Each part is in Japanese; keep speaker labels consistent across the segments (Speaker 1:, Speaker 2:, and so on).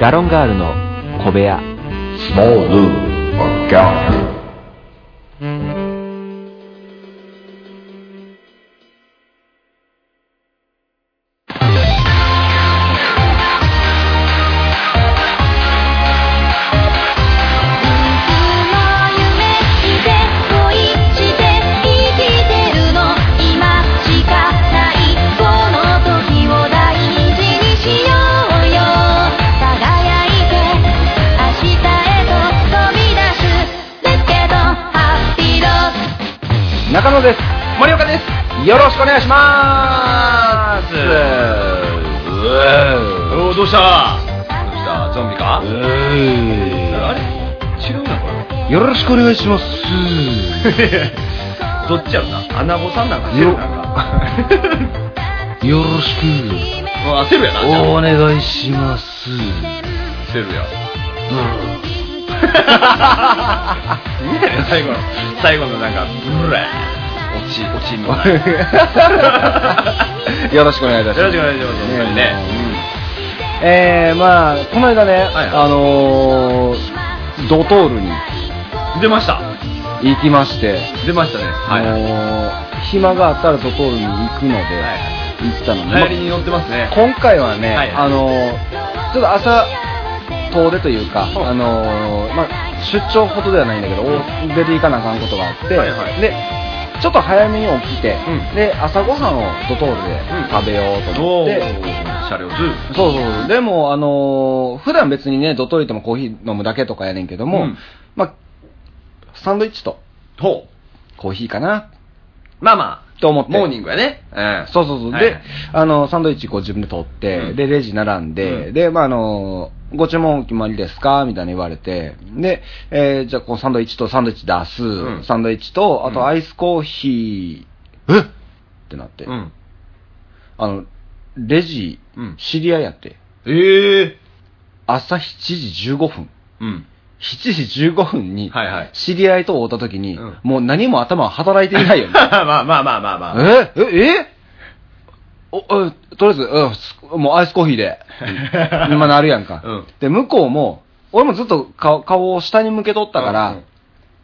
Speaker 1: ガロンガールの小部屋
Speaker 2: Small Zoo or Gallery.
Speaker 3: いつも夢して恋して生きてるの今しかないこの時を大事にしようよ輝いて明日へと飛び出すレッケドハッピーロー
Speaker 4: 中野です森岡ですよろしくお願いしますう
Speaker 5: おーどうし
Speaker 4: ど
Speaker 5: た
Speaker 4: うしたゾンビか
Speaker 5: あれ違うなこ
Speaker 4: よろしくお願いします
Speaker 5: れ どっちやろなアナゴさんなんかセルなんか
Speaker 4: よろし
Speaker 5: もう あセルやな
Speaker 4: く
Speaker 5: じゃあ
Speaker 4: 願いします
Speaker 5: セルや 見たよ最後の最後のなんかブ レー落ち落ちの
Speaker 4: よろしくお願いいたします
Speaker 5: よろしくお願いします本当にね
Speaker 4: えー、まあこの間ね、
Speaker 5: はい
Speaker 4: あのー、ドトールに
Speaker 5: 出ました
Speaker 4: 行きまして、
Speaker 5: 出ましたねはい
Speaker 4: あ
Speaker 5: 流
Speaker 4: のー暇があったらドトールに行くので、行ったのね、
Speaker 5: 行りに乗ってますね
Speaker 4: まあ今回はね、
Speaker 5: はい
Speaker 4: あのーちょっと朝遠出というか、
Speaker 5: はい
Speaker 4: あのーまあ、出張ほどではないんだけど、出て行かなあかんことがあって、
Speaker 5: はいはい
Speaker 4: でちょっと早めに起きて、
Speaker 5: うん
Speaker 4: で朝ごはんをドトールで食べようと思
Speaker 5: お
Speaker 4: っ
Speaker 5: お
Speaker 4: て、
Speaker 5: 車両ズーム
Speaker 4: そうそうそう。でも、あのー普段別にね、どっとりともコーヒー飲むだけとかやねんけども、
Speaker 5: うん
Speaker 4: まあ、サンドイッチと
Speaker 5: ほ
Speaker 4: コーヒーかな、
Speaker 5: うまあまあ
Speaker 4: と思って。
Speaker 5: モーニングやねうん
Speaker 4: そうそうそう。
Speaker 5: はい
Speaker 4: で、あの、サンドイッチこう自分で取って、
Speaker 5: うん
Speaker 4: で、レジ並んで、
Speaker 5: うん
Speaker 4: で、まあ、あのーご注文お決まりですかみたいな言われて、で、えーじゃあ、こうサンドイッチとサンドイッチ出す、
Speaker 5: うん
Speaker 4: サンドイッチと、あ
Speaker 5: うん
Speaker 4: とアイスコーヒー、えってなって、
Speaker 5: うん
Speaker 4: あの、レジ
Speaker 5: うん、
Speaker 4: 知り合いやって、
Speaker 5: ええ
Speaker 4: 朝7時15分。
Speaker 5: うん
Speaker 4: 7時15分に
Speaker 5: はいはい
Speaker 4: 知り合いと会った時に、
Speaker 5: うん
Speaker 4: もう何も頭は働いていないよね。
Speaker 5: まあまあまあ まあまあ。
Speaker 4: えええおおとりあえずうんす、もうアイスコーヒー で、今なるやんか、
Speaker 5: うん
Speaker 4: で、向こうも、俺もずっと顔顔を下に向けとったから、
Speaker 5: うんうん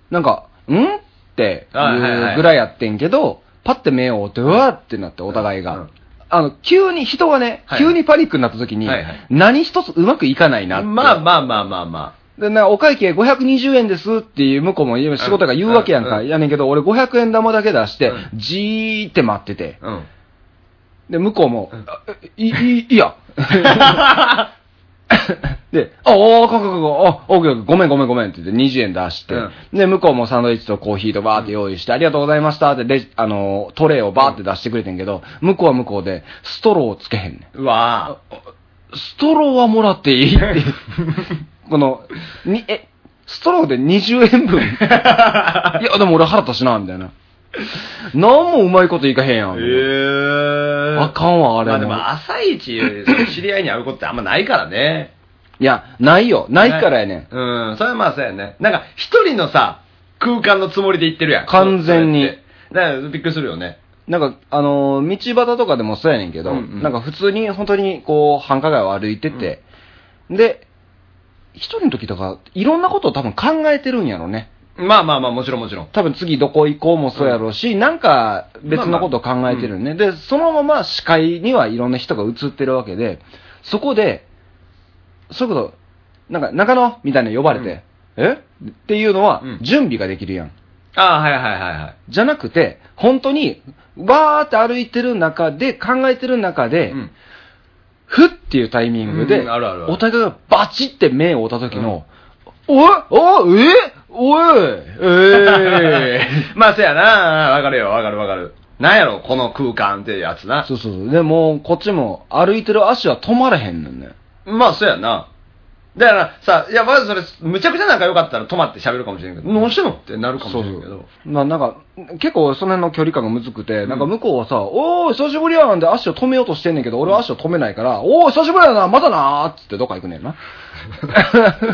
Speaker 4: なんか、んって
Speaker 5: はいはい
Speaker 4: い
Speaker 5: は
Speaker 4: う
Speaker 5: い
Speaker 4: ぐらいやってんけど、パッて目を追って、うわーってなって、お互いが。
Speaker 5: うんうん
Speaker 4: あの、急に、人がね、
Speaker 5: はい
Speaker 4: 急にパニックになった時に、
Speaker 5: はいはい
Speaker 4: 何一つうまくいかないなって。
Speaker 5: まあまあまあまあま
Speaker 4: でなお会計520円ですっていう向こうも今仕事が言うわけやんか、
Speaker 5: うんうん
Speaker 4: やねんけど、俺500円玉だけ出して
Speaker 5: う、
Speaker 4: じーって待ってて、
Speaker 5: あ。 うん。
Speaker 4: で、向こうも、
Speaker 5: うん
Speaker 4: あいい、いいや。 で、あ、おー、ここここ、あ、オッケーオッケーごめんごめんごめんって言って20円出して、
Speaker 5: うん
Speaker 4: で、向こうもサンドイッチとコーヒーとバーって用意して、ありがとうございましたってレジ、あのー、トレイをバーって出してくれてんけど、向こうは向こうで、ストローをつけへんねん。
Speaker 5: うわ
Speaker 4: ストローはもらっていいって。 この、に、え、ストローで20円 分。いや、でも俺腹立つしな、みたいな。なんもうまいこといかへんや
Speaker 5: あ。
Speaker 4: ん。
Speaker 5: え
Speaker 4: あかんわあれ
Speaker 5: まあでも、朝一、その知り合いに会うことってあんまないからね。
Speaker 4: いや、ないよ。ないからやねん。
Speaker 5: うん。それはまあそうやね。なんか、一人のさ、空間のつもりで行ってるやん。
Speaker 4: 完全に
Speaker 5: そうやって。だからびっくりするよね。
Speaker 4: なんか、あのー道端とかでもそうやねんけど、
Speaker 5: うんうん
Speaker 4: なんか普通に、本当に、こう、繁華街を歩いてて、で、一人の時とか、いろんなことを多分考えてるんやろね。
Speaker 5: まあまあまあ、もちろんもちろん。
Speaker 4: 多分次どこ行こうもそうやろうし、なんか別のことを考えてるよね、で、そのまま視界にはいろんな人が映ってるわけで、そこで、そういうこと、なんか中野みたいなの呼ばれて、えっていうのは
Speaker 5: うん
Speaker 4: 準備ができるやん。
Speaker 5: ああ、はいはいはいはい。
Speaker 4: じゃなくて、本当に、わーって歩いてる中で、考えてる中で、
Speaker 5: うん。
Speaker 4: ふっていうタイミングで、
Speaker 5: うんあるあるある
Speaker 4: お互いがバチって目を追った時の、おいおいえおい えー
Speaker 5: まあそうやな。わかるよ、わかるわかる。なんやろ、この空間ってやつな。
Speaker 4: そうそうそう。でも、こっちも歩いてる足は止まらへんねんね。
Speaker 5: まあ、そうやな。だからさ、いや、まずそれ、むちゃくちゃ仲良かったら止まって喋るかもしれんけど、どうしてんのってなるかもしれんけど。
Speaker 4: まあなんか、結構その辺の距離感がむずくて、
Speaker 5: うん
Speaker 4: なんか向こうはさ、おー、久しぶりやんって足を止めようとしてんねんけど、俺は足を止めないから、おー、久しぶりやな、またなーっつってどっか行くねん な。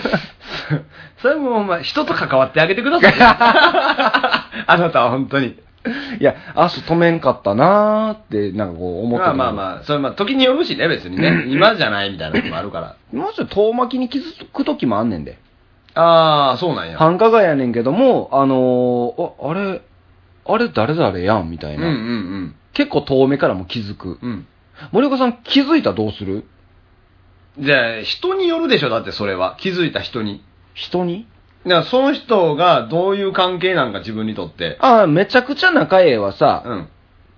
Speaker 5: それも、お前、人と関わってあげてください。あなたは本当に。
Speaker 4: いや、足止めんかったなーって、なんかこう思って
Speaker 5: まあまあ
Speaker 4: あ。
Speaker 5: まあ、それまあ時によるしね、別に ね。今じゃないみたいなのもあるから。
Speaker 4: もうちょっと遠巻きに気づく時もあんねんで。
Speaker 5: ああ、そうなんや。
Speaker 4: 繁華街やねんけども、あのーあ、あれ、あれ誰々やんみた
Speaker 5: う
Speaker 4: い
Speaker 5: ん
Speaker 4: な。
Speaker 5: うんうん。
Speaker 4: 結構遠目からも気づく。
Speaker 5: うん。
Speaker 4: 森岡さん気づいたらどうする
Speaker 5: じゃあ、人によるでしょ、だってそれは。気づいた人に。
Speaker 4: 人に
Speaker 5: だからその人がどういう関係なんか自分にとって。
Speaker 4: ああ、めちゃくちゃ仲ええはさ、
Speaker 5: うん。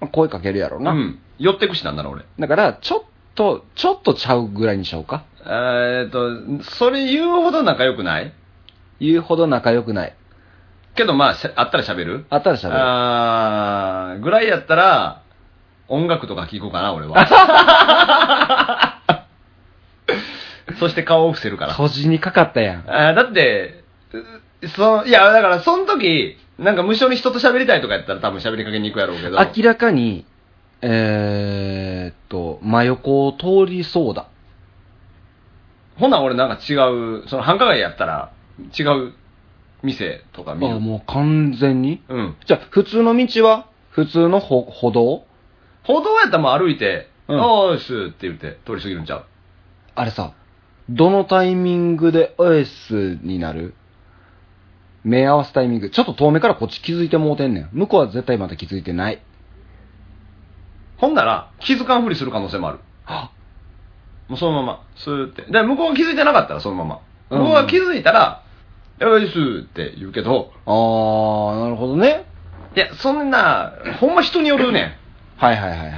Speaker 4: まあ声かけるやろ
Speaker 5: う
Speaker 4: な。
Speaker 5: ん。寄ってくしなんだろ、俺。
Speaker 4: だから、ちょっと、ちょっとちゃうぐらいにしようか。
Speaker 5: えーっと、それ言うほど仲良くない
Speaker 4: 言うほど仲良くない。
Speaker 5: けどまあ、しゃあったら喋る
Speaker 4: あったら喋る。
Speaker 5: あーぐらいやったら、音楽とか聴こうかな、俺は。 そして顔を伏せるから。
Speaker 4: 閉じにかかったやん。
Speaker 5: あーだって、うそのいや、だから、その時、なんか無性に人と喋りたいとかやったら多分喋りかけに行くやろうけど。
Speaker 4: 明らかに、えー、っと、真横を通りそうだ。
Speaker 5: ほな、俺なんか違う、その繁華街やったら、違う店とか
Speaker 4: あ
Speaker 5: 見る。
Speaker 4: もう完全に。
Speaker 5: うん。
Speaker 4: じゃあ、普通の道は普通の歩歩道
Speaker 5: 歩道やったらもう歩いて、
Speaker 4: うん
Speaker 5: おーしゅーって言って通り過ぎるんちゃう。
Speaker 4: あれさ、どのタイミングでおエスになる目合わすタイミング。ちょっと遠目からこっち気づいてもうてんねん。向こうは絶対まだ気づいてない。
Speaker 5: ほんなら、気づかんふりする可能性もある。
Speaker 4: は
Speaker 5: もうそのまま、スーって。で、向こうが気づいてなかったらそのまま。
Speaker 4: うん
Speaker 5: 向こうが気づいたら、よいっすーって言うけど、
Speaker 4: あー、なるほどね。
Speaker 5: いや、そんな、ほんま人によるねん。
Speaker 4: はいはいはいはい。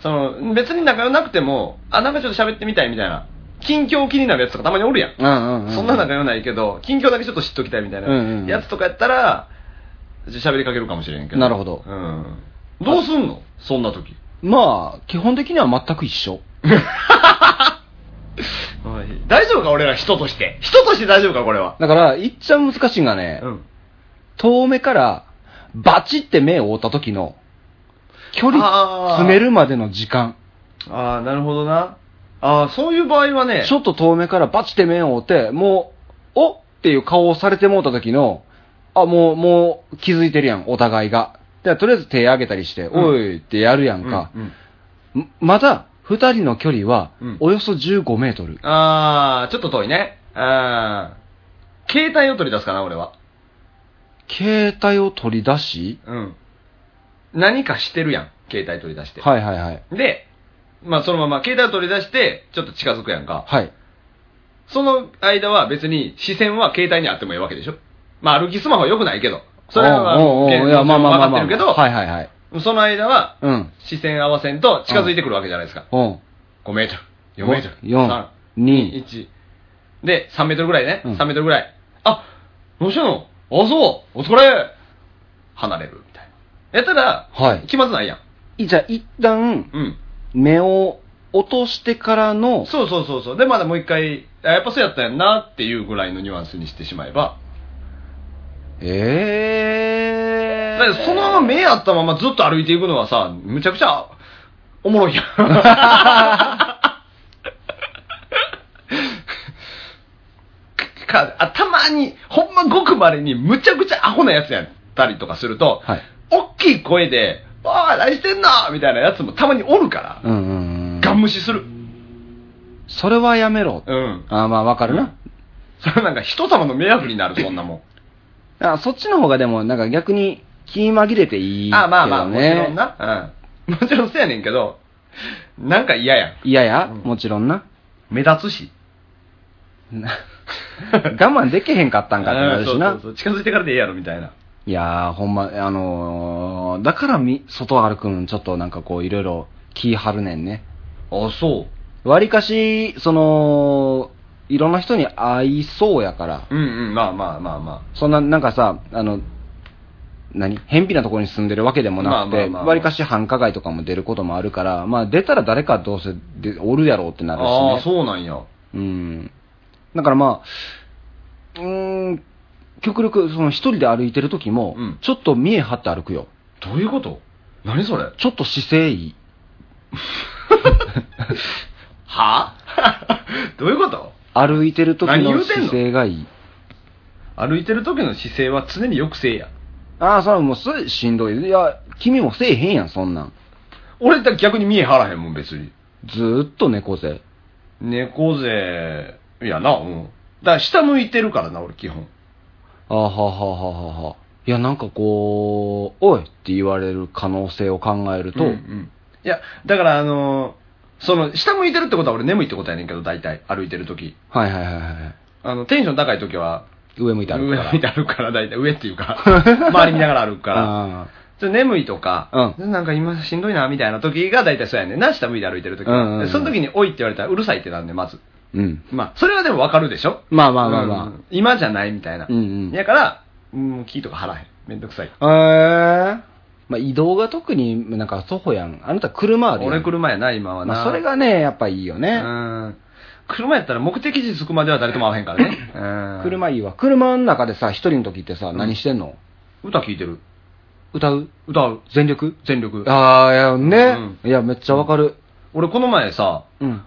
Speaker 5: その、別に仲良なくても、あ、なんかちょっと喋ってみたいみたいな。近況気になるやつとかたまにおるやん。
Speaker 4: うんうん、うん。
Speaker 5: そんな仲良ないけど、近況だけちょっと知っときたいみたいな
Speaker 4: うんうんうん
Speaker 5: やつとかやったら、ちょっと喋りかけるかもしれんけど。
Speaker 4: なるほど
Speaker 5: うん。どうすんのそんな時。
Speaker 4: まあ、基本的には全く一緒。
Speaker 5: 大丈夫か俺ら人として。人として大丈夫かこれは。
Speaker 4: だから、いっちゃん難しいんがね、
Speaker 5: うん。
Speaker 4: 遠目からバチって目を覆った時の、距
Speaker 5: あー
Speaker 4: 離詰めるまでの時間。
Speaker 5: ああ、なるほどな。ああ、そういう場合はね、
Speaker 4: ちょっと遠目からバチって目を覆って、もう、おっていう顔をされてもうた時の、あ、もう、もう気づいてるやん、お互いが。でとりあえず手上げたりして、
Speaker 5: うん
Speaker 4: おいってやるやんか。
Speaker 5: うんうん
Speaker 4: んまだ、二人の距離は
Speaker 5: うん、
Speaker 4: およそ15メートル。
Speaker 5: ああ、ちょっと遠いね。ああ、携帯を取り出すかな、俺は。
Speaker 4: 携帯を取り出し、
Speaker 5: うん。何かしてるやん、携帯取り出して。
Speaker 4: はいはいはい。
Speaker 5: で、まあそのまま携帯を取り出して、ちょっと近づくやんか。
Speaker 4: はい。
Speaker 5: その間は別に視線は携帯にあってもいいわけでしょ。まあ歩きスマホは良くないけど。それは
Speaker 4: おうおうおう
Speaker 5: 現
Speaker 4: い
Speaker 5: 状
Speaker 4: やまあまあまあ
Speaker 5: 分
Speaker 4: ま
Speaker 5: か
Speaker 4: あ。
Speaker 5: ってるけど、
Speaker 4: はいはいはい。
Speaker 5: その間は
Speaker 4: うん。
Speaker 5: 視線合わせんと近づいてくるわけじゃないですか。
Speaker 4: うん。
Speaker 5: 5メートル、4メートル、
Speaker 4: 四
Speaker 5: 3、
Speaker 4: 二
Speaker 5: 1。で、3メートルぐらいね。
Speaker 4: うん
Speaker 5: 3メートルぐらい。あ、どうしたのあ、そう、お疲れ離れる、みたいな。やったら、
Speaker 4: はい
Speaker 5: 気まずないやん。
Speaker 4: いじゃあ一旦、
Speaker 5: うん。
Speaker 4: 目を落としてからの、
Speaker 5: そうそうそうそう。で、まだもう一回、あやっぱそうやったんやんなっていうぐらいのニュアンスにしてしまえば。
Speaker 4: ええ
Speaker 5: だってそのまま目あったままずっと歩いていくのはさ、むちゃくちゃ、おもろい やん。かあたまに、ほんまごくまれに、むちゃくちゃアホなやつやったりとかすると、
Speaker 4: はい
Speaker 5: 大きい声で、おい、何してんのみたいなやつもたまにおるから、
Speaker 4: うんうんうん。
Speaker 5: ガン無視する。
Speaker 4: それはやめろ。
Speaker 5: うん。
Speaker 4: あーまあわかるな。
Speaker 5: それなんか人様の迷惑になる、そんなもん。
Speaker 4: あそっちの方がでも、なんか逆に気紛れていいけどね。
Speaker 5: あまあまあ、もちろん。な。うん。もちろんそうやねんけど、なんか嫌やん。
Speaker 4: いやいや、
Speaker 5: うん
Speaker 4: もちろんな。
Speaker 5: 目立つし。
Speaker 4: な我慢できへんかったんかってなるし
Speaker 5: うん
Speaker 4: な
Speaker 5: そう。そうそう近づいてからでええやろ、みたいな。
Speaker 4: いやー、ほんま、あのー、だからみ、外歩くん、ちょっとなんかこう、いろいろ気張るねんね。
Speaker 5: あ、そ
Speaker 4: わりかし、その、いろんな人に会いそうやから、
Speaker 5: う。うんうん、まあまあまあま
Speaker 4: そんな、なんかさ、あの、何偏僻なところに住んでるわけでもなく
Speaker 5: まあまあ
Speaker 4: て、
Speaker 5: まあまあ
Speaker 4: わりかし繁華街とかも出ることもあるから、まあ出たら誰かどうせでおるやろうって
Speaker 5: あ。
Speaker 4: なるし
Speaker 5: ああ、
Speaker 4: ね。
Speaker 5: そうなんや。
Speaker 4: うん。だからまあ、うーん、極力、その一人で歩いてる時も、
Speaker 5: うん
Speaker 4: ちょっと見え張って歩くよ。
Speaker 5: どういうこと何それは
Speaker 4: ちょっと姿勢いい。
Speaker 5: あ どういうこと
Speaker 4: 歩いてる時
Speaker 5: 何言
Speaker 4: の
Speaker 5: うてんの
Speaker 4: 姿勢がいい。
Speaker 5: 歩いてる時の姿勢は常に抑制や。
Speaker 4: ああ、それはもうそれしんどい。いや、君もせえへんやん、そんなん。
Speaker 5: 俺だって逆に見えはらへんもん、別に。
Speaker 4: ずーっと猫背。
Speaker 5: 猫背、いやな、うん。だから下向いてるからな、俺基本。
Speaker 4: ああはあはあはあはあはあ。いや、なんかこう、おいって言われる可能性を考えると、
Speaker 5: うんうんいや、だからあのーその、下向いてるってことは俺眠いってことやねんけど、大体、歩いてるとき。
Speaker 4: はいはいはいはい。
Speaker 5: あの、テンション高いときは、
Speaker 4: 上向いて歩
Speaker 5: 上
Speaker 4: くから。
Speaker 5: 向いて歩くから、大体、上ってい うか、周り見ながら歩くから。
Speaker 4: あ
Speaker 5: ちょっと眠いとか、なんか今しんどいな、みたいな時が大体そうやねんな、下向いて歩いてる時は、
Speaker 4: うんうんうん
Speaker 5: でその時に、おいって言われたらうるさいってなんで、まず。
Speaker 4: ーうん。
Speaker 5: まあ、それはでもわかるでしょ
Speaker 4: まあまあまあまあ
Speaker 5: うん今じゃないみたいな。
Speaker 4: うんうん
Speaker 5: やから、うん、キーとか払え。めんどくさい。
Speaker 4: ええまあ移動が特になんか徒歩やん。あなた車あるやん。
Speaker 5: 俺車やな、今はな。
Speaker 4: まあそれがね、やっぱいいよね。
Speaker 5: うん。車やったら目的地着くまでは誰とも会わへんからね。うん
Speaker 4: 車いいわ。車の中でさ、一人の時ってさ、
Speaker 5: ん
Speaker 4: 何してんの
Speaker 5: 歌聞いてる。
Speaker 4: 歌う
Speaker 5: 歌う。
Speaker 4: 全力
Speaker 5: 全力。
Speaker 4: ああ、いや、ね、いや、めっちゃわかる。
Speaker 5: 俺この前さ、
Speaker 4: うん。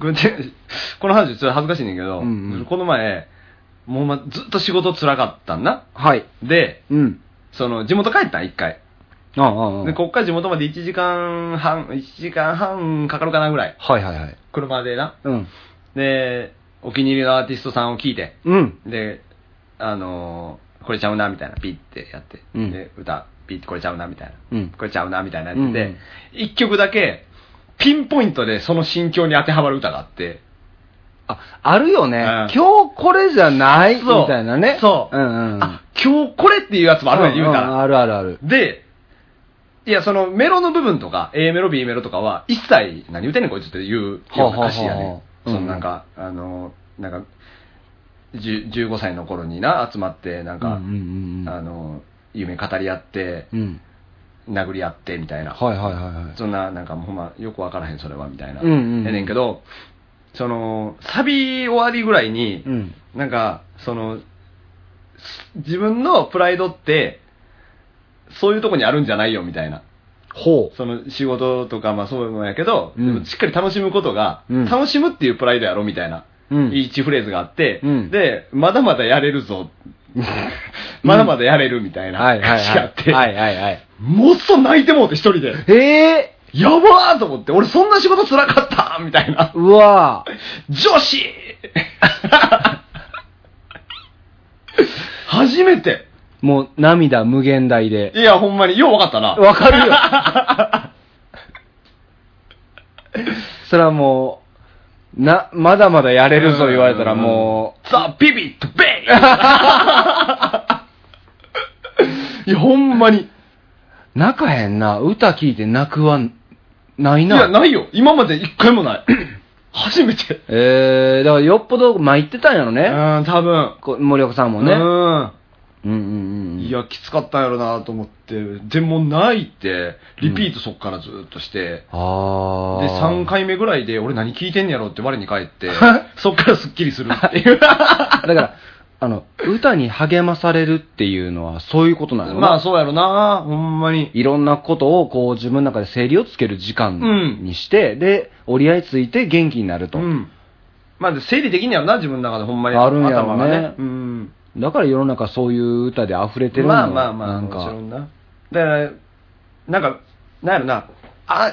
Speaker 5: これで この話ちょっと恥ずかしいねんだけど、
Speaker 4: うんうん
Speaker 5: この前、もうま、ずっと仕事辛かったんな。
Speaker 4: はい。
Speaker 5: で、
Speaker 4: うん。
Speaker 5: その、地元帰ったん、一回。
Speaker 4: ああ、ああ。
Speaker 5: で、こっから地元まで1時間半、1時間半かかるかなぐらい。
Speaker 4: はいはいはい。
Speaker 5: 車でな。
Speaker 4: うん。
Speaker 5: で、お気に入りのアーティストさんを聞いて、
Speaker 4: うん。
Speaker 5: で、あのーこれちゃうな、みたいな、ピッてやって、
Speaker 4: うん
Speaker 5: で、歌、ピッてこれちゃうな、みたいな、
Speaker 4: うん
Speaker 5: これちゃうな、みたいなやって
Speaker 4: う
Speaker 5: て
Speaker 4: ん、
Speaker 5: 一、曲だけ、ピンポイントでその心境に当てはまる歌があって、
Speaker 4: あ、あるよね。
Speaker 5: うん
Speaker 4: 今日これじゃないみ
Speaker 5: そう
Speaker 4: たいなね。
Speaker 5: そう
Speaker 4: うんうん。
Speaker 5: あ、今日これっていうやつもあるね、言うた
Speaker 4: んん
Speaker 5: ら。
Speaker 4: あるあるある。
Speaker 5: で、いや、そのメロの部分とか、A メロ、B メロとかは、一切、何言うてんねん、こいつっていうような歌詞や
Speaker 4: はあは
Speaker 5: ね。
Speaker 4: あ
Speaker 5: そ
Speaker 4: はあ
Speaker 5: のなんか、あの、なんか、じゅ15歳の頃にな、集まって、なんか、
Speaker 4: うんうんうんうん
Speaker 5: あの、夢語り合って、
Speaker 4: うん。
Speaker 5: 殴り合ってみたいな、
Speaker 4: はいはいはいはい。
Speaker 5: そんな、なんかもうほんま、よくわからへん、それはみたいな、
Speaker 4: うんうん
Speaker 5: やねんけど、その、サビ終わりぐらいに、
Speaker 4: うん。
Speaker 5: なんか、その、す自分のプライドって、そういうとこにあるんじゃないよみたいな、
Speaker 4: ほう。
Speaker 5: その仕事とか、まあそういうのやけど、
Speaker 4: うん
Speaker 5: でもしっかり楽しむことが、
Speaker 4: うん
Speaker 5: 楽しむっていうプライドやろみたいな、
Speaker 4: うん
Speaker 5: 一フレーズがあって、
Speaker 4: うん
Speaker 5: で、まだまだやれる ぞ、まだまだやれるみたいな
Speaker 4: はいはい
Speaker 5: 歌詞があっ
Speaker 4: はい。
Speaker 5: て、
Speaker 4: はいはい はい。
Speaker 5: もっそ泣いてもうて一人で。
Speaker 4: ええ
Speaker 5: やばーと思って、俺そんな仕事辛かったみたいな。
Speaker 4: うわぁ。
Speaker 5: 女 子初めて。
Speaker 4: もう涙無限大で
Speaker 5: い。や、ほんまに、よう分かったな。
Speaker 4: わかるよ。 それはもう、な、まだまだやれるぞ言われたらも、
Speaker 5: う。ザ・ビビット・ベイいや、ほんまに。いう
Speaker 4: 泣かへんな。歌聞いて泣くは、ないな。
Speaker 5: や、ないよ。今まで一回も ない。初めて。
Speaker 4: えー、だからよっぽど参ってたんやろ
Speaker 5: う
Speaker 4: ね。
Speaker 5: ん、多分。
Speaker 4: こ森岡さんもね。うん
Speaker 5: う
Speaker 4: う
Speaker 5: ん。
Speaker 4: んうん。
Speaker 5: い、や、きつかったんやろなと思って、でもないって、リピートそっからずっとして、
Speaker 4: あー。
Speaker 5: で、3回目ぐらいで、俺何聞いてんやろって我に 返って、そっからスッキリするっていう。
Speaker 4: だから、あの、歌に励まされるっていうのはそういうことなの
Speaker 5: まあ、そうやろなほんまに。
Speaker 4: いろんなことをこう自分の中で整理をつける時間にして、で、折り合いついて元気になると。
Speaker 5: うん。まあ、で整理できんやろな、自分の中でほんまに。
Speaker 4: あるんやろね
Speaker 5: 頭がね。うん。
Speaker 4: だから世の中そういう歌で溢れてるんだ
Speaker 5: ま
Speaker 4: よ
Speaker 5: あまあまあ、
Speaker 4: なん
Speaker 5: もちろ
Speaker 4: か。
Speaker 5: んな。だから、なんか、なんやろな、あ、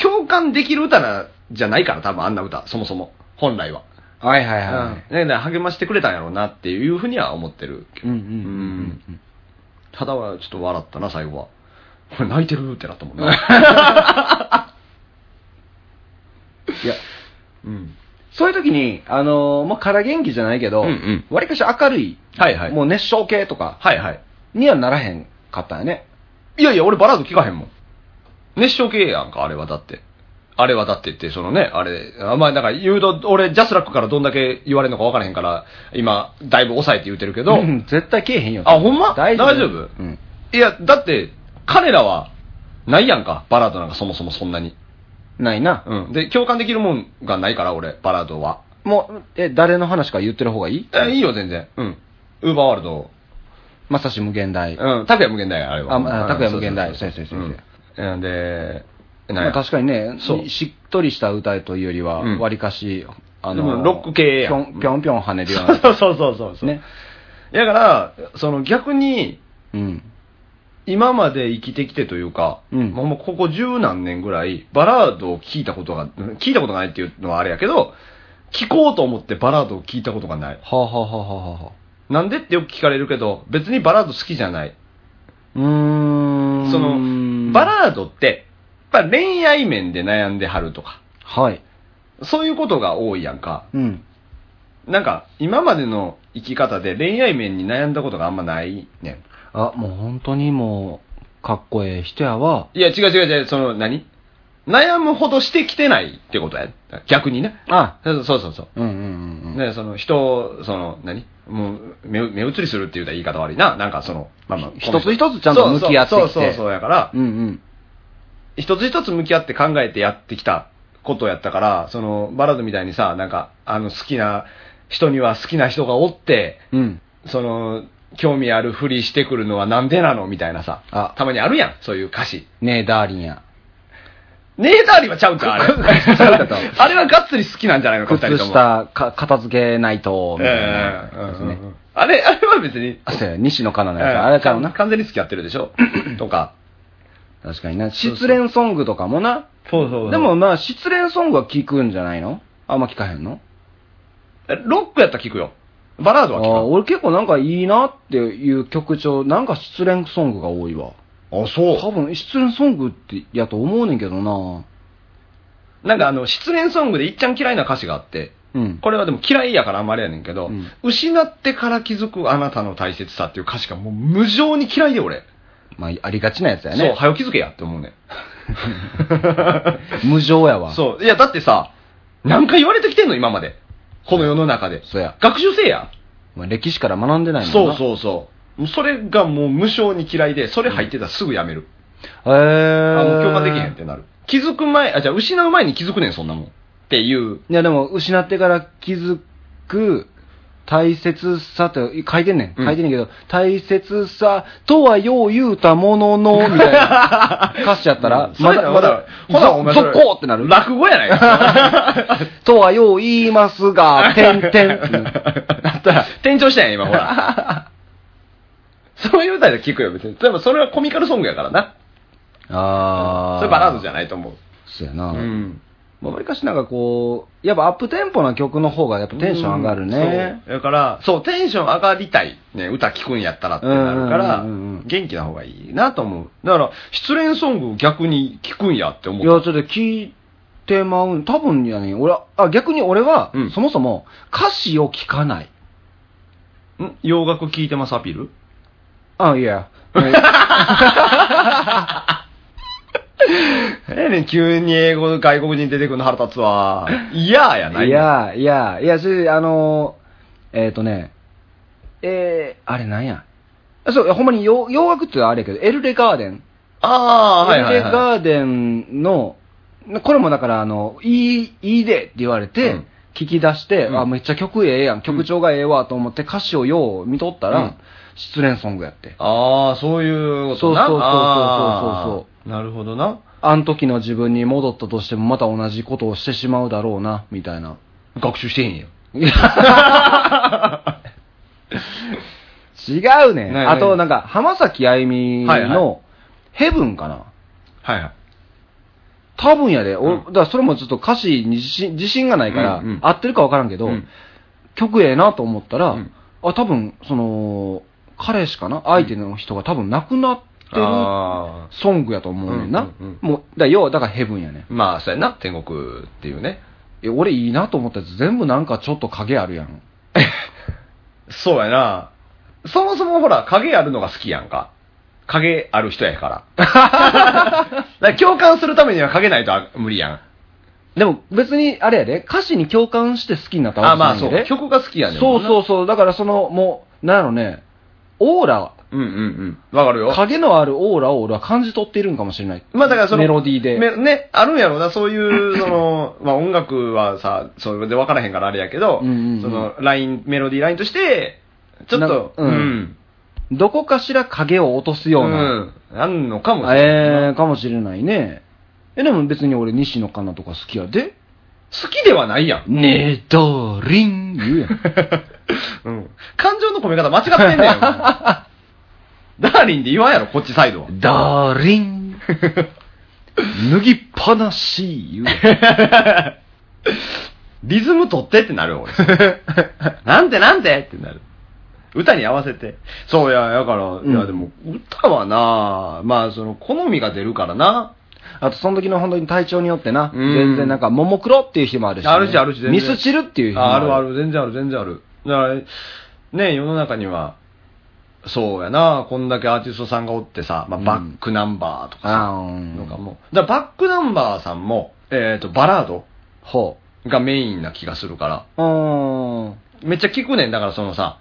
Speaker 5: 共感できる歌なじゃないから、多分あんな歌、そもそも。本来は。
Speaker 4: はいはいは
Speaker 5: うんだから励ましてくれたんやろうなっていうふうには思ってるけ
Speaker 4: い。う
Speaker 5: ど
Speaker 4: んうんうんうん。
Speaker 5: ただはちょっと笑ったな最後はこれ泣いてるってなったもんな
Speaker 4: いや、
Speaker 5: うん
Speaker 4: そういう時に、あのー、まあ、から元気じゃないけど、
Speaker 5: うん
Speaker 4: わ
Speaker 5: う
Speaker 4: り
Speaker 5: ん
Speaker 4: かし明るい、
Speaker 5: はいはい
Speaker 4: もう熱唱系とか
Speaker 5: はいはい
Speaker 4: にはならへんかったんやね。
Speaker 5: いやいや俺バラード聞かへんもん熱唱系やんかあれはだってあれはだってってそのねあれあまあなんか言うと俺ジャスラックからどんだけ言われるのか分からへんから今だいぶ抑えて言うてるけど、
Speaker 4: うん絶対けえへんよ。
Speaker 5: あほんま
Speaker 4: 大丈夫。
Speaker 5: 大丈夫
Speaker 4: うん。
Speaker 5: いやだって彼らはないやんかバラードなんかそもそもそんなに
Speaker 4: ないな。
Speaker 5: うんで共感できるもんがないから俺バラードは
Speaker 4: もう、え、誰の話か言ってる方がいい
Speaker 5: えいいよ全然うんウーバーワールド
Speaker 4: まさし無限大。
Speaker 5: うん、拓也無限大やあれは。
Speaker 4: あまあ
Speaker 5: うん
Speaker 4: 拓也無限大
Speaker 5: そうそうそう
Speaker 4: 先生先
Speaker 5: うんなんで、
Speaker 4: まあ確かにね
Speaker 5: そう
Speaker 4: しっとりした歌というよりは、
Speaker 5: うん
Speaker 4: わりかし、あ
Speaker 5: で
Speaker 4: の
Speaker 5: もロック系や
Speaker 4: ぴょ
Speaker 5: ん
Speaker 4: んぴょんぴょん跳ねるよう
Speaker 5: そうそうそうそう。
Speaker 4: な。ね。
Speaker 5: だから、その逆に、
Speaker 4: うん。
Speaker 5: 今まで生きてきてというか、
Speaker 4: うん
Speaker 5: もうここ十何年ぐらい、バラードを聞いたことが、聞いたことがないっていうのはあれやけど、聞こうと思ってバラードを聞いたことがない。
Speaker 4: はあ、はあはあはあはあ、
Speaker 5: なんでってよく聞かれるけど、別にバラード好きじゃない。
Speaker 4: うーん。
Speaker 5: その、バラードって、やっぱ恋愛面で悩んではるとか、
Speaker 4: はい。
Speaker 5: そういうことが多いやんか。
Speaker 4: うん。
Speaker 5: なんか、今までの生き方で恋愛面に悩んだことがあんまないねん。
Speaker 4: あ、もう本当にもう、かっこええ人やわ。
Speaker 5: いや、違う違う違う、その何、悩むほどしてきてないってことや。逆にね。
Speaker 4: あ、
Speaker 5: そうそうそうそう。
Speaker 4: うんうんうんうん。
Speaker 5: ね、その人を、その、何もう目、目移りするって言うたら言い方悪いな。なんかその、まあまあ、
Speaker 4: 一つ一つちゃんと向き合ってきて
Speaker 5: そうそうそうそうそうやから
Speaker 4: う、んうん。
Speaker 5: 一つ一つ向き合って考えてやってきたことやったから、その、バラードみたいにさ、なんか、あの、好きな人には好きな人がおって、
Speaker 4: うん。
Speaker 5: その、興味あるふりしてくるのはなんでなのみたいなさ、
Speaker 4: あ
Speaker 5: たまにあるやん、そういう歌詞。
Speaker 4: ねえ、ダーリンや。
Speaker 5: ネーダーリはちゃうんか、あれ。 あれはがっつり好きなんじゃないのか、二
Speaker 4: 靴
Speaker 5: 人とも。
Speaker 4: 下か片付けないと、みたいなやつ
Speaker 5: ね
Speaker 4: ね。
Speaker 5: あれ、あれは別に。
Speaker 4: あそうや、西野カナのやつ。あれちゃうな。
Speaker 5: 完全に付き合ってるでしょ とか。
Speaker 4: 確かにな。失恋ソングとかもな。
Speaker 5: そうそ
Speaker 4: で
Speaker 5: でも、
Speaker 4: もまあ、失恋ソングは聞くんじゃないのあんま聞かへんの
Speaker 5: ロックやったら聞くよ。バラードは
Speaker 4: あー
Speaker 5: 聞く。
Speaker 4: 俺結構なんかいいなっていう曲調、なんか失恋ソングが多いわ。
Speaker 5: あ、そ
Speaker 4: 多分失恋ソングってやと思うねんけどな
Speaker 5: う。なんかあの、失恋ソングでいっちゃん嫌いな歌詞があって、
Speaker 4: うん。
Speaker 5: これはでも嫌いやからあんまりやねんけど、
Speaker 4: うん
Speaker 5: 失ってから気づくあなたの大切さっていう歌詞がもう無情に嫌いで俺。
Speaker 4: まあ、ありがちなやつや
Speaker 5: そう、
Speaker 4: ね。
Speaker 5: 早気づけやって思うね ん。
Speaker 4: 無情やわ。う。
Speaker 5: そう。いや、だってさ、何回言われてきてんの今まで。この世の中で。
Speaker 4: そや。
Speaker 5: 学習せえや。
Speaker 4: まあ、歴史から学んでないもん
Speaker 5: そ
Speaker 4: な。う。
Speaker 5: うそうそう。もうそれがもう無性に嫌いで、それ入ってたらすぐやめる。
Speaker 4: へえー。
Speaker 5: あもう共感できへんってなる。気づく前、あ、じゃあ失う前に気づくねん、そんなもん。っていう。
Speaker 4: いや、でも、失ってから気づく大切さって書いてんね
Speaker 5: うん
Speaker 4: ん。書いてんねんけど、大切さとはよう言うたものの、みたい な歌詞やったら、
Speaker 5: そ
Speaker 4: ま
Speaker 5: れ
Speaker 4: だ、まだ、
Speaker 5: ほな、お前それ
Speaker 4: 続行ってなる。
Speaker 5: 落語やな いか。
Speaker 4: とはよう言います が、てんてん。うん
Speaker 5: だったら、転調したやん、今、ほら。 そういう歌で聞くよ、別に。でもそれはコミカルソングやからな。
Speaker 4: あー。
Speaker 5: それバラードじ
Speaker 4: ゃん。
Speaker 5: ゃないと思う。
Speaker 4: そうやな。
Speaker 5: うん。
Speaker 4: まあ、わりかしなんかこう、やっぱアップテンポな曲の方がやっぱテンション上がるね。
Speaker 5: そうだから、そう、テンション上がりたい。ね、歌聞くんやったらってなるから
Speaker 4: うんうんうんう、ん
Speaker 5: 元気な方がいいなと思う。だから、失恋ソングを逆に聞くんやって
Speaker 4: い
Speaker 5: 思
Speaker 4: や、
Speaker 5: う。
Speaker 4: ちょっと聞いてまうん、多分やね、俺は、あ、逆に俺は
Speaker 5: うん、
Speaker 4: そもそも歌詞を聞かない。
Speaker 5: ん洋楽聞いてますアピール
Speaker 4: あ、 いや。
Speaker 5: ええねん急に英語、外国人出てくるの腹立つわ。いやーやない。
Speaker 4: い。や、いや、いや、それであのー、えっ、とね、えー、あれなんや。あそう、ほんまに洋洋楽ってあれやけど、エルレガーデン。
Speaker 5: ああ、はいはい、
Speaker 4: エルレ
Speaker 5: は
Speaker 4: ガーデンの、これもだから、あの、いい、いいでって言われ
Speaker 5: う
Speaker 4: て
Speaker 5: ん、
Speaker 4: 聞き出して、
Speaker 5: うん
Speaker 4: あ、めっちゃ曲ええやん、曲調がええわと思って歌詞をよう見とったら、
Speaker 5: うん
Speaker 4: 失恋ソングやって
Speaker 5: い。。ああ、そういうこと
Speaker 4: そうそうそうそ
Speaker 5: な。
Speaker 4: うそうそう
Speaker 5: あーなるほどな。
Speaker 4: あの時の自分に戻ったとしてもまた同じことをしてしまうだろうな、みたいな。
Speaker 5: 学習してへんよ。
Speaker 4: 違うねん
Speaker 5: ないない
Speaker 4: あと、なんか、浜崎あゆみ
Speaker 5: はいは
Speaker 4: の、ヘブンかな
Speaker 5: はいはい。
Speaker 4: 多分やで。
Speaker 5: う
Speaker 4: 俺
Speaker 5: ん
Speaker 4: だからそれもちょっと歌詞に自信自信がないから、
Speaker 5: うんうん
Speaker 4: 合ってるか分からんけど、
Speaker 5: うん
Speaker 4: 曲ええなと思ったら、
Speaker 5: うん
Speaker 4: あ、多分、その、彼氏かな相手の人が多分亡くなってる
Speaker 5: あ
Speaker 4: ソングやと思うねんな。
Speaker 5: うんうん
Speaker 4: もう、だから要は、だからヘブンやねん
Speaker 5: ーまあ、そうやな。天国っていうね。
Speaker 4: え。俺いいなと思ったやつ全部なんかちょっと影あるやん。
Speaker 5: そうやな。そもそもほら、影あるのが好きやんか。影ある人やから。 だから共感するためには影ないとあ無理やん。
Speaker 4: でも別にあれやで、歌詞に共感して好きになった
Speaker 5: あ、
Speaker 4: わけじゃないん
Speaker 5: まあそ
Speaker 4: やで。
Speaker 5: う。曲が好きやねんも
Speaker 4: そ
Speaker 5: ん
Speaker 4: う
Speaker 5: な
Speaker 4: そうそう。だからその、もう、なんやろね、オーラ、
Speaker 5: うんうんうん。わかるよ。
Speaker 4: 影のあるオーラを俺は感じ取っているんかもしれない。
Speaker 5: まあだからその、
Speaker 4: メロディーで。
Speaker 5: めね、あるんやろな、そういう、その、まあ音楽はさ、それで分からへんからあれやけど、
Speaker 4: うんうんうん
Speaker 5: その、ライン、メロディーラインとして、ちょっと、
Speaker 4: なうんどこかしら影を落とすような。
Speaker 5: うんあんのかもしれないな
Speaker 4: えー、かもしれないね。え、でも別に俺西野カナとか好きやで。
Speaker 5: 好きではないやん。
Speaker 4: ねどりん言うやん。
Speaker 5: うん。感情の込め方間違ってんねんよ。ダーリンで言わんやろ、こっちサイドは。
Speaker 4: ダーリン、 脱ぎっぱなし、言う。
Speaker 5: リズム取ってってなるよ、俺。 なんてなんてってなる。歌に合わせて。そういや、だから、
Speaker 4: ん
Speaker 5: いやでも、歌はなまあ、その、好みが出るからな。
Speaker 4: あと、その時の本当に体調によってな、
Speaker 5: うん
Speaker 4: 全然なんか、ももクロっていう日もあるし、
Speaker 5: あるし、あるし、全
Speaker 4: ミ
Speaker 5: 然
Speaker 4: スチルっていう日も
Speaker 5: あ
Speaker 4: あ
Speaker 5: あ
Speaker 4: る。
Speaker 5: るある、全然ある、全然ある。だから、ね、世の中には、そうやな、こんだけアーティストさんがおってさ、まあ、
Speaker 4: うん
Speaker 5: バックナンバーと
Speaker 4: あ
Speaker 5: かさ、
Speaker 4: ー
Speaker 5: のがもう。だからバックナンバーさんも、えっ、と、バラード
Speaker 4: ほ
Speaker 5: がメインな気がするか
Speaker 4: う。う
Speaker 5: ら、
Speaker 4: ーん。
Speaker 5: めっちゃ聞くねん、だからそのさ、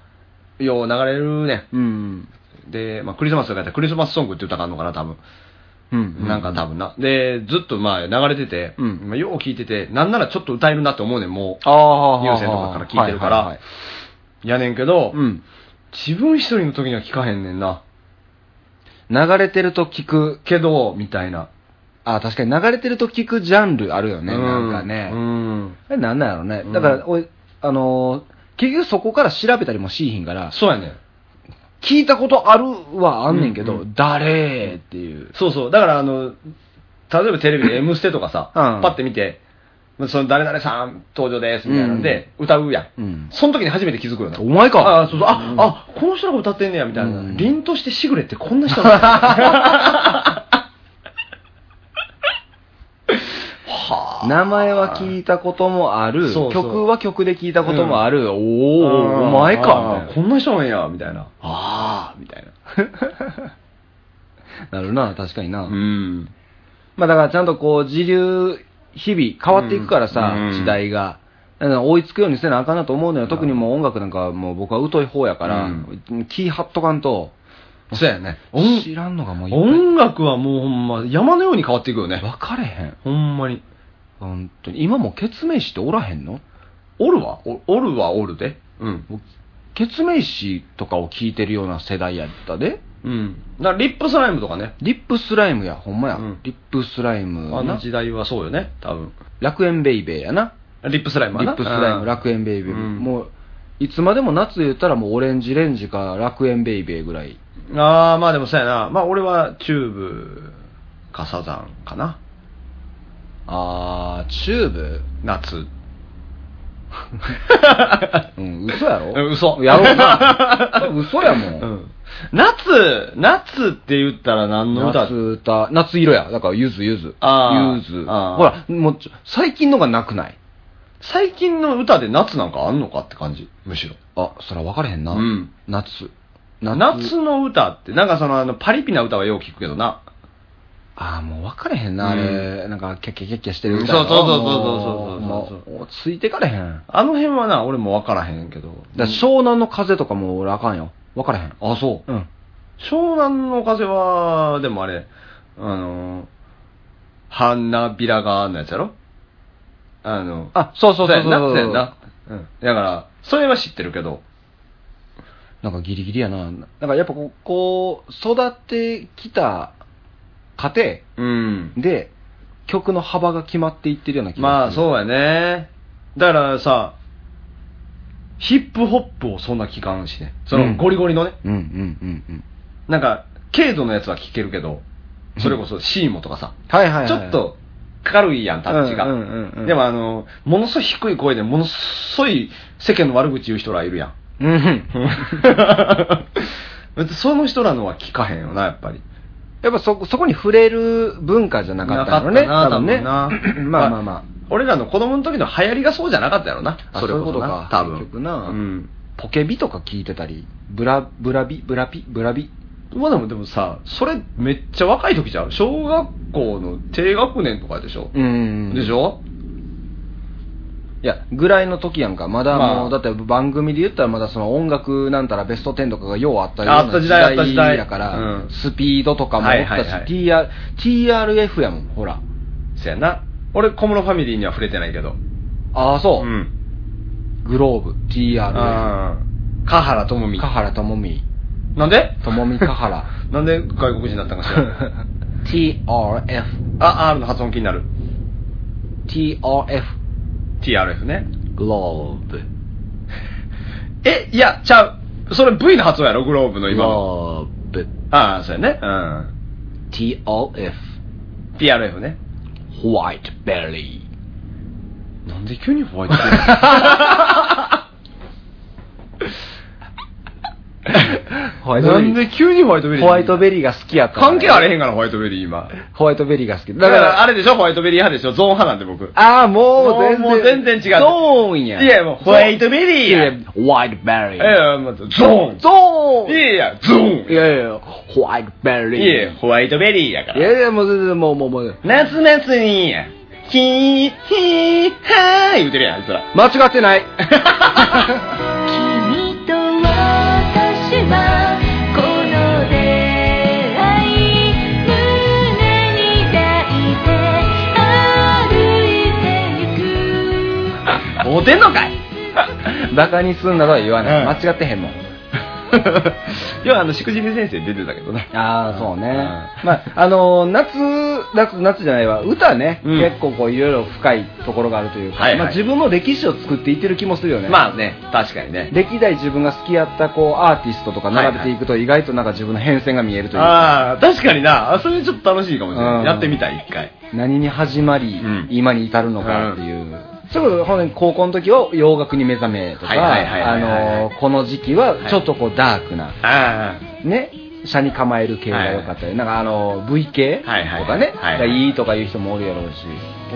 Speaker 5: よう流れるねん。
Speaker 4: うん。
Speaker 5: で、まあ、クリスマスとかやったらクリスマスソングって歌があるのかな、多分。
Speaker 4: うん。
Speaker 5: なんか多分な。で、ずっとまあ流れてて、
Speaker 4: うん
Speaker 5: まあ、よう聞いてて、なんならちょっと歌えるなって思うねん、もう。
Speaker 4: ああ、
Speaker 5: 有線とかから聞いてるから
Speaker 4: はははい
Speaker 5: やねんけど、
Speaker 4: うん。
Speaker 5: 自分一人の時には聞かへんねんな。
Speaker 4: 流れてると聞く、
Speaker 5: けど、みたいな。
Speaker 4: あ確かに流れてると聞くジャンルあるよね、
Speaker 5: うん
Speaker 4: なんかね。
Speaker 5: うん。
Speaker 4: あれなんなんやろね
Speaker 5: う。ん
Speaker 4: だから、おいあのー結局そこから調べたりもしいひんから、
Speaker 5: そうやねん。
Speaker 4: 聞いたことあるはあんねんけど、
Speaker 5: うんうん
Speaker 4: 誰っていう。
Speaker 5: そうそう。だからあの、例えばテレビ で M ステとかさ、
Speaker 4: うん
Speaker 5: パッて見て、その誰々さん登場です、みたいなんで、歌うや
Speaker 4: う
Speaker 5: ん。
Speaker 4: ん
Speaker 5: その時に初めて気づくよな。
Speaker 4: お前か。
Speaker 5: あそうそう。あ、あ、この人のこと歌ってんねや、みたいな。
Speaker 4: うん
Speaker 5: 凛としてしぐれってこんな 人なんだ。は
Speaker 4: 名前は聞いたこともある、
Speaker 5: そうそう
Speaker 4: 曲は曲で聞いたこともある、お
Speaker 5: お
Speaker 4: お、お前か。みたい
Speaker 5: こんな人なんや、みたいな。
Speaker 4: あ
Speaker 5: あ、みたいな。
Speaker 4: ななるな、確かにな。
Speaker 5: うん。
Speaker 4: まあだからちゃんとこう、時流、日々変わっていくからさ、
Speaker 5: うん
Speaker 4: 時代が。だから追いつくようにせなあかんなと思うのよ。特にもう音楽なんかはもう僕は疎い方やから、
Speaker 5: うん
Speaker 4: 気張っとかんと、
Speaker 5: そうやね。
Speaker 4: 知らんのがもういっ
Speaker 5: 音楽はもうほんま山のように変わっていくよ
Speaker 4: ぱい。
Speaker 5: ね。
Speaker 4: 分かれへん。
Speaker 5: ほんまに。
Speaker 4: 本当に。今もうケツメイシっておらへんの
Speaker 5: おるわ。おおるはおるで。うん。
Speaker 4: もうケツメイシとかを聞いてるような世代やったで。
Speaker 5: うん。だからリップスライムとかね。
Speaker 4: リップスライムや、ほんまや。
Speaker 5: うん
Speaker 4: リップスライム
Speaker 5: あ
Speaker 4: や
Speaker 5: の
Speaker 4: な。
Speaker 5: 時代はそうよね、多分。
Speaker 4: 楽園ベイベーやな。
Speaker 5: リップスライ
Speaker 4: リ
Speaker 5: ムはな
Speaker 4: ップスライ
Speaker 5: う
Speaker 4: ム、
Speaker 5: ん
Speaker 4: 楽園ベイベー。
Speaker 5: うん
Speaker 4: もう、いつまでも夏言ったらもうオレンジレンジか楽園ベイベーぐらい。
Speaker 5: ああ、まあでもそうやな。まあ俺はチューブかサザンかな。
Speaker 4: あー、チューブ
Speaker 5: 夏。
Speaker 4: うん、嘘やろ
Speaker 5: うん嘘
Speaker 4: やろうな。 嘘やもん。
Speaker 5: うん。夏夏って言ったら何の歌
Speaker 4: 夏歌、夏色や。だから、ゆずゆず。
Speaker 5: あー
Speaker 4: ゆず。ほ
Speaker 5: あー
Speaker 4: ら、もうちょ、最近のがなくない
Speaker 5: 最近の歌で夏なんかあんのかって感じ、むしろ。
Speaker 4: あ、そら分かれへんな。
Speaker 5: うん
Speaker 4: 夏。
Speaker 5: 夏の歌って、なんかそのあのパリピな歌はよう聞くけどな。
Speaker 4: ああ、もう分かれへんな、あれ。なんか、キャッキャキャッキャしてる歌
Speaker 5: そうそうそう
Speaker 4: も
Speaker 5: そうそうそうそう
Speaker 4: もう、ついてかれへん。だか
Speaker 5: あの辺はな、俺もわからへんけど。
Speaker 4: ら湘南の風とかも俺あかんよ。分からへん。
Speaker 5: あ、そう。
Speaker 4: うん。
Speaker 5: 湘南の風は、でもあれ、あの、花びらがのやつやろあの、
Speaker 4: あ、そうそうそうそう。
Speaker 5: そうやんな。そうやんなうん。だから、それは知ってるけど。
Speaker 4: なんかギリギリやな。なんかやっぱこう、こう育ってきた過程
Speaker 5: うん。
Speaker 4: で、曲の幅が決まっていってるような気
Speaker 5: ま
Speaker 4: が
Speaker 5: あ、
Speaker 4: する。
Speaker 5: そうやね。だからさ、ヒップホップをそんな聞かんしね。そうの
Speaker 4: ん
Speaker 5: ゴリゴリのね。
Speaker 4: うんうんうんうん。
Speaker 5: なんか、軽度のやつは聞けるけど、それこそシーモとかさ、
Speaker 4: はいはいはい。
Speaker 5: ちょっと軽いやん、タッチが。
Speaker 4: うんうんうんうん
Speaker 5: でもあの、ものすごい低い声で、ものすごい世間の悪口言う人らいる やん。
Speaker 4: うん。
Speaker 5: その人らのは聞かへんよな、やっぱり。
Speaker 4: やっぱそこ、そこに触れる文化じゃなかったのね。
Speaker 5: なかった
Speaker 4: ね。
Speaker 5: な多分な
Speaker 4: まあまあま
Speaker 5: 俺らの子供の時の流行りがそうじゃなかったやろな。
Speaker 4: あ
Speaker 5: それ
Speaker 4: そう
Speaker 5: こそ
Speaker 4: いうこと
Speaker 5: な
Speaker 4: か。
Speaker 5: 多分。
Speaker 4: 結局な
Speaker 5: うん。
Speaker 4: あ。ポケビとか聞いてたり、ブラ、ブラビ、ブラピ、ブラビ。
Speaker 5: まあでも、でもさ、それめっちゃ若い時じゃん。小学校の低学年とかでしょ。
Speaker 4: ん
Speaker 5: でしょ
Speaker 4: いや、ぐらいの時やんか。まだ
Speaker 5: まあ
Speaker 4: もう、だって番組で言ったらまだその音楽なんたらベスト10とかがようあったよう
Speaker 5: あった
Speaker 4: な
Speaker 5: 時代あった時代
Speaker 4: だから、
Speaker 5: うん
Speaker 4: スピードとかもあったし、
Speaker 5: はいはいはい
Speaker 4: TR、TRF やもん、ほら。
Speaker 5: そやな。俺、小室ファミリーには触れてないけど。
Speaker 4: ああ、そう。
Speaker 5: ん。
Speaker 4: グローブ、TRF。
Speaker 5: あー華原朋美。
Speaker 4: 香原朋美。
Speaker 5: なんで
Speaker 4: 朋美香 原。
Speaker 5: なんで外国人だったのかしらん。
Speaker 4: TRF。
Speaker 5: あ、R の発音気になる。
Speaker 4: TRF。
Speaker 5: TRF ね。
Speaker 4: グローブ。
Speaker 5: え、いや、ちゃう。それ V の発音やろ、グローブの今の。
Speaker 4: グローブ、
Speaker 5: ああ、そうやね。うん。
Speaker 4: TRF、
Speaker 5: PRF ね。
Speaker 4: ホワイトベリー。
Speaker 5: なんで急にホワイト
Speaker 4: ホワイトベリー
Speaker 5: なんで急にホワイトベリー
Speaker 4: ホワイトベリーが好きやったらね、
Speaker 5: 関係あれへんから、ホワイトベリー今。
Speaker 4: ホワイトベリーが好き。だ
Speaker 5: だ
Speaker 4: か、
Speaker 5: からら、あれでしょホワイトベリー派でしょゾーン派なんで僕。
Speaker 4: ああ、もう全然。
Speaker 5: もう全然違う
Speaker 4: ゾーンや。
Speaker 5: いやもうホワイトベリーや
Speaker 4: いやホワイトベリ
Speaker 5: い
Speaker 4: ー。
Speaker 5: や、まずゾーン
Speaker 4: ゾーン
Speaker 5: いやいや、ゾーン
Speaker 4: いやいや、ホワイトベリー。
Speaker 5: いやいや、ホワイトベリーやか
Speaker 4: いや
Speaker 5: ら。
Speaker 4: いや、もう全然、もうもうもう。
Speaker 5: 夏祭りや。ひー、ひー、はーい言うてるやん、あいつら。
Speaker 4: 間違って ない。
Speaker 3: 君と私はこの出会い胸に抱いて歩いてゆく
Speaker 5: モテんのかい
Speaker 4: バカにすんなとは言わない。
Speaker 5: うん
Speaker 4: 間違ってへんもん。
Speaker 5: 要はあの、しくじり先生出てたけどね。
Speaker 4: ああ、そうね。
Speaker 5: うん
Speaker 4: まあ、あのー夏、夏、夏じゃないわ、歌ね、
Speaker 5: うん
Speaker 4: 結構こう、いろいろ深いところがあるというか、
Speaker 5: はいはい
Speaker 4: まあ、自分の歴史を作っていってる気もするよね。
Speaker 5: まあね、確かにね。
Speaker 4: 歴代自分が好きやったこうアーティストとか並べていくと意外となんか自分の変遷が見えるというか、
Speaker 5: ああ、確かにな。あそれちょっと楽しいかもしれ
Speaker 4: う
Speaker 5: なんい。やってみたい、一回。
Speaker 4: 何に始まり、
Speaker 5: うん
Speaker 4: 今に至るのかっていう、それこそ本当に高校の時は洋楽に目覚めとか
Speaker 5: はいはいは
Speaker 4: あ
Speaker 5: いはいはいはい
Speaker 4: のーこの時期はちょっとこうダークな、
Speaker 5: あ
Speaker 4: ね車に構える系が良かったり、なんかあの V 系と
Speaker 5: はいはい
Speaker 4: かね、
Speaker 5: はいはい
Speaker 4: がいいとかいう人もおるやろうし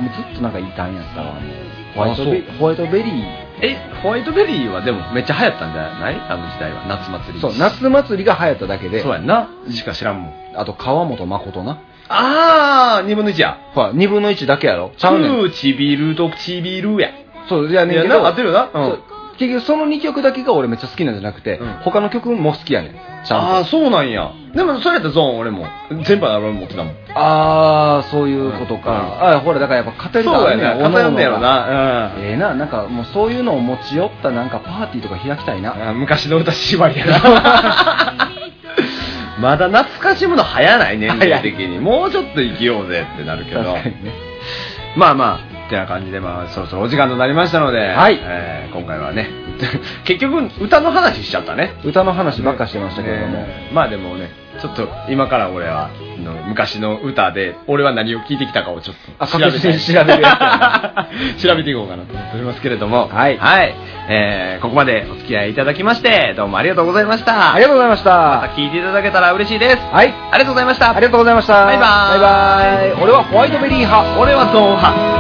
Speaker 4: もうずっとなんか異端やったわもうホワイトベ
Speaker 5: あ
Speaker 4: ホワイトベリー
Speaker 5: あ。え、ホワイトベリーはでもめっちゃ流行ったんじゃないあの時代は。夏祭り。
Speaker 4: そう夏祭りが流行っただけで
Speaker 5: そうやんな。しか知らんもん。
Speaker 4: あと川本誠な
Speaker 5: ああ、二分の一や。
Speaker 4: ほら2分の1だけやろちゃうねん
Speaker 5: くちびるとちびるや。
Speaker 4: そうじゃあねんけ
Speaker 5: いや
Speaker 4: ど
Speaker 5: な合ってるよなうん
Speaker 4: そう結局その2曲だけが俺めっちゃ好きなんじゃなくて、
Speaker 5: うん
Speaker 4: 他の曲も好きやねんち
Speaker 5: あ
Speaker 4: ゃ
Speaker 5: あ、
Speaker 4: んと
Speaker 5: そうなんや。でも、それやったらゾーン俺も。全部アルバム持ってたもん。
Speaker 4: ああーそういうことか、
Speaker 5: うん
Speaker 4: あほらだからやっぱ偏りが
Speaker 5: そ
Speaker 4: あ
Speaker 5: う
Speaker 4: るね
Speaker 5: やな。偏んねやろ
Speaker 4: 各々が
Speaker 5: な。うん
Speaker 4: ええななんかもうそういうのを持ち寄ったなんかパーティーとか開きたいな
Speaker 5: あー昔の歌縛りやな まだ懐かしむの早ない年齢的にもうちょっと生きようぜってなるけど
Speaker 4: 確かにね
Speaker 5: まあまあてな感じで、まあ、そろそろお時間となりましたので、
Speaker 4: はい
Speaker 5: えー今回はね 結局歌の話しちゃったね
Speaker 4: 歌の話ばっかしてましたけれども、
Speaker 5: ねまあでもねちょっと今から俺はの昔の歌で俺は何を聴いてきたかをちょっと
Speaker 4: あ
Speaker 5: 調べ
Speaker 4: 確実に
Speaker 5: て
Speaker 4: 調べ るや
Speaker 5: 調べていこうかなと思っておりますけれども
Speaker 4: はい
Speaker 5: えーここまでお付き合いいただきましてどうもありがとうございました
Speaker 4: ありがとうございました
Speaker 5: また聞いていただけたら嬉しいですあ
Speaker 4: はい
Speaker 5: りがとうございました
Speaker 4: ありがとうございました
Speaker 5: バイバーイ
Speaker 4: バイバイ俺はホワイトベリー派
Speaker 5: 俺はゾーン派